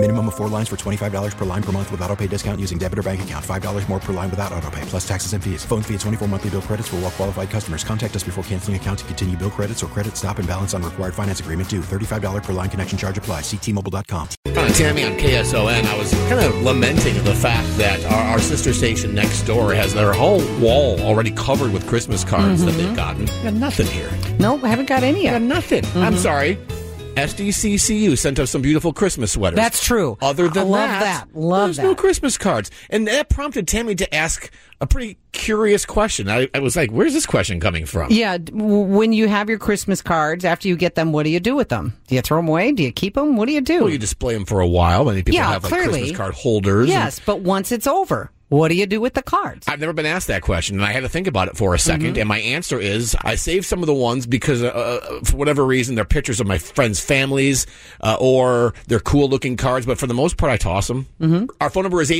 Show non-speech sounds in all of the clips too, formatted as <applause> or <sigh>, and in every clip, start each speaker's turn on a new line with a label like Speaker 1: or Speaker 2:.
Speaker 1: Minimum of four lines for $25 per line per month with auto pay discount using debit or bank account. $5 more per line without auto pay, plus taxes and fees. Phone fee at 24 monthly bill credits for all well qualified customers. Contact us before canceling account to continue bill credits or credit stop and balance on required finance agreement due. $35 per line connection charge apply. Ctmobile.com.
Speaker 2: Kind of Tammy on KSON, I was kind of lamenting the fact that our, our sister station next door has their whole wall already covered with Christmas cards that
Speaker 3: Mm-hmm.
Speaker 2: they've gotten. Got nothing here.
Speaker 3: Nope, haven't got any
Speaker 2: Got
Speaker 3: yet.
Speaker 2: nothing. I'm
Speaker 3: Mm-hmm.
Speaker 2: sorry. SDCCU sent us some beautiful Christmas sweaters.
Speaker 3: That's true.
Speaker 2: Other than
Speaker 3: I love that. Love
Speaker 2: there's no
Speaker 3: that.
Speaker 2: Christmas cards, and that prompted Tammy to ask a pretty curious question. I, I was like, "Where's this question coming from?"
Speaker 3: Yeah, d- w- when you have your Christmas cards, after you get them, what do you do with them? Do you throw them away? Do you keep them? What do you do?
Speaker 2: Well, you display them for a while. Many people
Speaker 3: Yeah,
Speaker 2: have like
Speaker 3: clearly.
Speaker 2: Christmas card holders. and-
Speaker 3: yes, but once it's over, what do you do with the cards?
Speaker 2: I've never been asked that question, and I had to think about it for a 2nd And my answer is, I saved some of the ones because, uh, uh, for whatever reason, they're pictures of my friends' families, uh, or they're cool-looking cards. But for the most part, I toss them. Mm-hmm. Our phone number is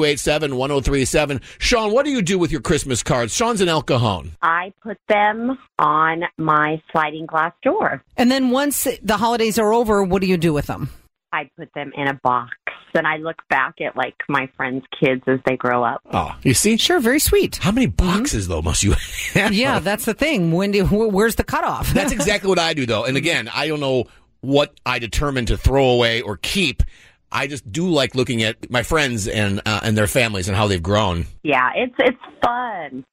Speaker 2: 833-287-1037. Sean, what do you do with your Christmas cards? Sean's an El Cajon.
Speaker 4: I put them on my sliding glass door.
Speaker 3: and then once the holidays are over, what do you do with them?
Speaker 4: I put them in a box. And I look back at like my friends' kids as they grow up.
Speaker 2: Oh, you see, Mm-hmm.
Speaker 3: Sure, very sweet.
Speaker 2: how many boxes though must you? <laughs> have?
Speaker 3: Yeah, that's the thing. When do, wh- where's the cutoff?
Speaker 2: That's exactly what I do, though. And again, I don't know what I determine to throw away or keep. I just do like looking at my friends and uh, and their families and how they've grown.
Speaker 4: Yeah, it's it's fun.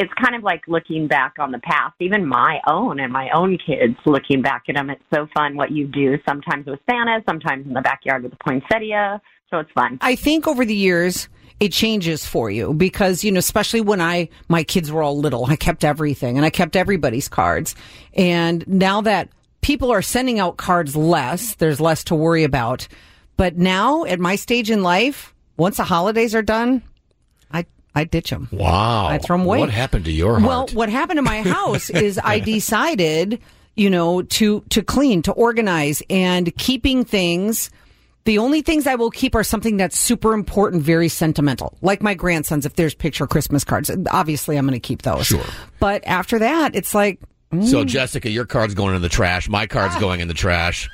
Speaker 4: It's kind of like looking back on the past, even my own and my own kids looking back at them. It's so fun what you do sometimes with Santa, sometimes in the backyard with the poinsettia. So it's fun.
Speaker 3: I think over the years it changes for you because you know especially when I my kids were all little I kept everything and I kept everybody's cards and now that people are sending out cards less there's less to worry about but now at my stage in life once the holidays are done I I ditch them
Speaker 2: Wow!
Speaker 3: I throw 'em away.
Speaker 2: What happened to your heart?
Speaker 3: well, what happened to my house is I decided, you know, to to clean, to organize, and keeping things. The only things I will keep are something that's super important, very sentimental, like my grandson's. If there's picture Christmas cards, obviously I'm going to keep those.
Speaker 2: Sure.
Speaker 3: But after that, it's like
Speaker 2: so
Speaker 3: mm.
Speaker 2: Jessica, your card's going in the trash. My card's
Speaker 3: Ah.
Speaker 2: going in the trash.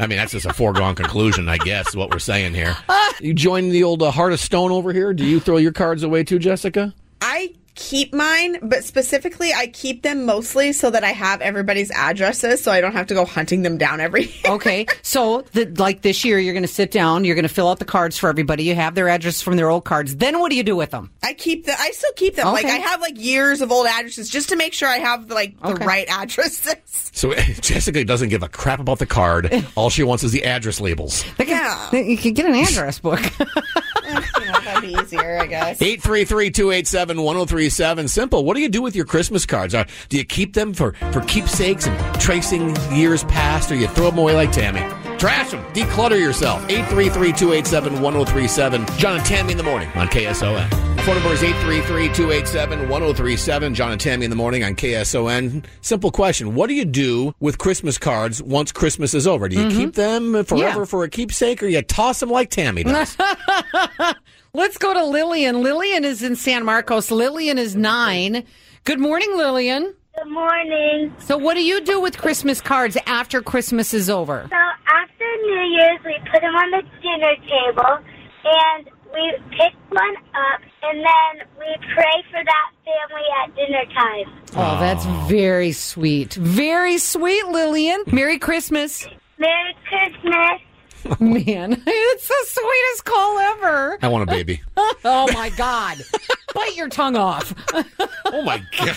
Speaker 2: I mean, that's just a foregone conclusion, I guess. What we're saying here.
Speaker 3: Ah.
Speaker 2: You join the old uh, Heart of Stone over here. Do you throw your cards away too, Jessica?
Speaker 5: I keep mine, but specifically, I keep them mostly so that I have everybody's addresses, so I don't have to go hunting them down every <laughs> year.
Speaker 3: okay, so the, like this year, you're going to sit down, you're going to fill out the cards for everybody. You have their address from their old cards. Then what do you do with them?
Speaker 5: I keep them. I still keep them. Like
Speaker 3: Okay.
Speaker 5: I have like years of old addresses just to make sure I have like the
Speaker 3: Okay.
Speaker 5: right addresses. <laughs>
Speaker 2: So <laughs> Jessica doesn't give a crap about the
Speaker 3: <laughs>
Speaker 2: card. All she wants is the address labels.
Speaker 3: They can-
Speaker 5: Yeah.
Speaker 3: they- you can get an address book. <laughs>
Speaker 5: you know, that'd be easier, I guess.
Speaker 2: 833-287-1037. Simple. What do you do with your Christmas cards? Are, do you keep them for, for keepsakes and tracing years past, or you throw them away like Tammy? Trash them. Declutter yourself. 833-287-1037. John and Tammy in the morning on KSON. Phone number is 833-287-1037. John and Tammy in the morning on KSON. Simple question. What do you do with Christmas cards once Christmas is over? Do you keep them forever
Speaker 3: Yeah.
Speaker 2: for a keepsake, or you toss them like Tammy does?
Speaker 3: Let's go to Lillian. Lillian is in San Marcos. Lillian is nine. Good morning, Lillian.
Speaker 6: Good morning.
Speaker 3: So, what do you do with Christmas cards after Christmas is over?
Speaker 6: So after New Year's, we put them on the dinner table, and we pick one up, and then we pray for that family at dinner time.
Speaker 3: Oh, that's very sweet. Very sweet, Lillian. Merry <laughs> Christmas.
Speaker 6: Merry Christmas.
Speaker 3: Man, <laughs> it's the sweetest call ever.
Speaker 2: I want a baby.
Speaker 3: Oh, my God. <laughs> Bite your tongue off.
Speaker 2: Oh my god,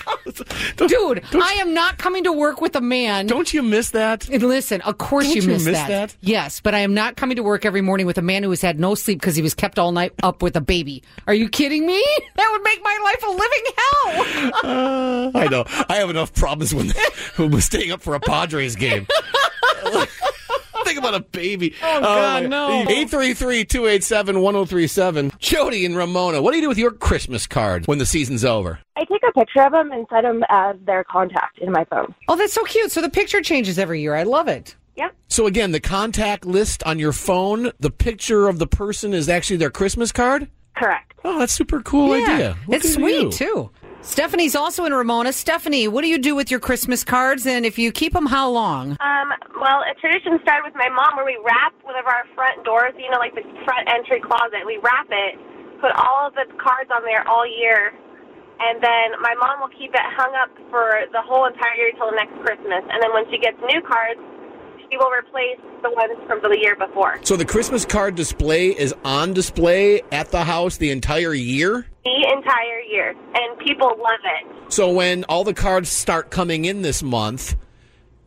Speaker 2: Don't-
Speaker 3: Dude,
Speaker 2: Don't,
Speaker 3: I am not coming to work with a man.
Speaker 2: don't you miss that?
Speaker 3: And listen, of course
Speaker 2: Don't
Speaker 3: you,
Speaker 2: you
Speaker 3: miss,
Speaker 2: miss
Speaker 3: that.
Speaker 2: that?
Speaker 3: Yes, but I am not coming to work every morning with a man who has had no sleep because he was kept all night up with a baby. Are you kidding me? <laughs> That would make my life a living
Speaker 2: Uh,
Speaker 3: <laughs> hell.
Speaker 2: <laughs> I know. I have enough problems when when we're staying up for a Padres game. <laughs> Think about a baby. Oh,
Speaker 3: God, no.
Speaker 2: 833-287-1037. Jody and Ramona, what do you do with your Christmas card when the season's over?
Speaker 7: I take a picture of them and set them as their contact in my phone.
Speaker 3: Oh, that's so cute. So the picture changes every year. I love it.
Speaker 6: Yep.
Speaker 2: So again, the contact list on your phone, the picture of the person is actually their Christmas card.
Speaker 6: Correct.
Speaker 2: Oh, that's super cool
Speaker 3: Yeah,
Speaker 2: idea. Look
Speaker 3: it's
Speaker 2: at
Speaker 3: sweet
Speaker 2: you.
Speaker 3: too. Stephanie's also in Ramona. Stephanie, what do you do with your Christmas cards? And if you keep them, how long?
Speaker 6: Um, well, a tradition started with my mom where we wrap one of our front doors, you know, like the front entry closet. We wrap it, put all of the cards on there all year, and then my mom will keep it hung up for the whole entire year till next Christmas. And then when she gets new cards, she will replace the ones from the year before.
Speaker 2: So the Christmas card display is on display at the house the entire year.
Speaker 6: The entire year. And people love it.
Speaker 2: So when all the cards start coming in this month,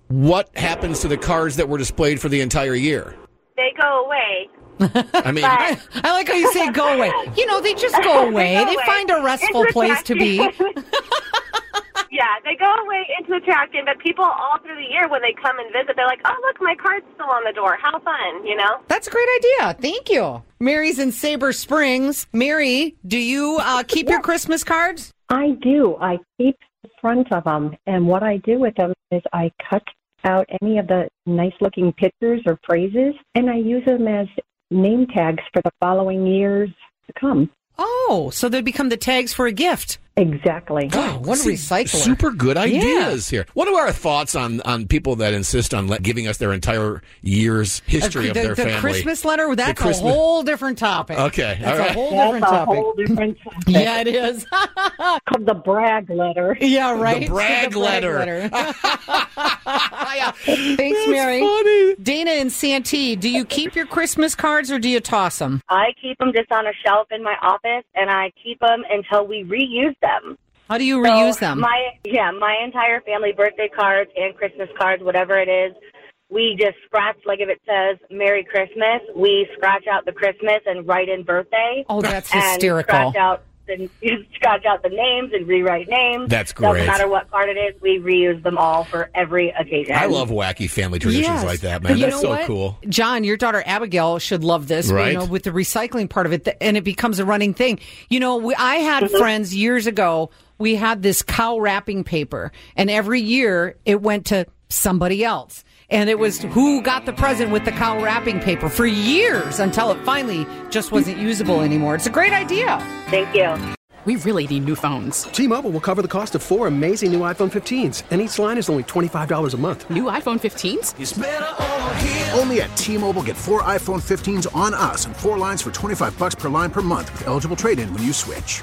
Speaker 2: what happens to the cards that were displayed for the entire year?
Speaker 6: They go away.
Speaker 2: I
Speaker 3: <laughs>
Speaker 2: mean,
Speaker 6: But
Speaker 3: I like how you say go away. You know, they just
Speaker 6: <laughs>
Speaker 3: go away.
Speaker 6: go
Speaker 3: they
Speaker 6: away
Speaker 3: find a restful
Speaker 6: into
Speaker 3: place to be. <laughs>
Speaker 6: attraction. yeah, they go away into attraction, but people all through the year when they come and visit, they're like, "Oh, look, my card's still on the door. How fun!" You know.
Speaker 3: That's a great idea. Thank you. Mary's in Sabre Springs. Mary, do you uh, keep your Christmas cards?
Speaker 7: I do. I keep the front of them, and what I do with them is I cut out any of the nice-looking pictures or phrases, and I use them as name tags for the following years to come.
Speaker 3: Oh, so they become the tags for a gift.
Speaker 7: Exactly.
Speaker 3: Oh, what a
Speaker 2: See,
Speaker 3: recycler.
Speaker 2: Super good
Speaker 3: Yeah.
Speaker 2: ideas here. What are our thoughts on, on people that insist on let, giving us their entire year's history
Speaker 3: the,
Speaker 2: of their
Speaker 3: the
Speaker 2: family?
Speaker 3: Christmas letter, that's
Speaker 2: Christmas-
Speaker 3: a whole different topic.
Speaker 2: Okay, all
Speaker 3: That's
Speaker 2: right.
Speaker 3: a whole
Speaker 7: That's
Speaker 3: different
Speaker 7: a
Speaker 3: topic.
Speaker 7: whole different topic.
Speaker 3: <laughs> yeah, it is. <laughs>
Speaker 7: Called the brag letter.
Speaker 3: yeah, right. <laughs>
Speaker 2: brag letter. <laughs>
Speaker 3: Yeah. Thanks, Mary. Dana and Santee, do you keep your Christmas cards or do you toss them?
Speaker 6: I keep them just on a shelf in my office, and I keep them until we reuse them.
Speaker 3: How do you
Speaker 6: So
Speaker 3: reuse them?
Speaker 6: My yeah, my entire family birthday cards and Christmas cards, whatever it is, we just scratch like if it says Merry Christmas, we scratch out the Christmas and write in birthday.
Speaker 3: Oh, that's
Speaker 6: and
Speaker 3: hysterical.
Speaker 6: Scratch out the <laughs> scratch out the names and rewrite names.
Speaker 2: That's great.
Speaker 6: Doesn't matter what card it is, we reuse them all for every occasion.
Speaker 2: I love wacky family traditions
Speaker 3: Yes.
Speaker 2: like that,
Speaker 3: But
Speaker 2: man.
Speaker 3: you
Speaker 2: That's
Speaker 3: know
Speaker 2: so
Speaker 3: what?
Speaker 2: cool.
Speaker 3: John, your daughter Abigail should love this,
Speaker 2: Right.
Speaker 3: you know, with the recycling part of it, th- and it becomes a running thing. You know, we, I had friends years ago. We had this cow wrapping paper, and every year it went to somebody else. And it was who got the present with the cow wrapping paper for years until it finally just wasn't usable anymore. It's a great idea.
Speaker 6: Thank you.
Speaker 8: We really need new phones.
Speaker 9: T-Mobile will cover the cost of four amazing new iPhone 15s, and each line is only $25 a month.
Speaker 8: New iPhone 15s?
Speaker 10: Only at T-Mobile get four iPhone 15s on us and four lines for 25 bucks per line per month with eligible trade-in when you switch.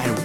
Speaker 11: and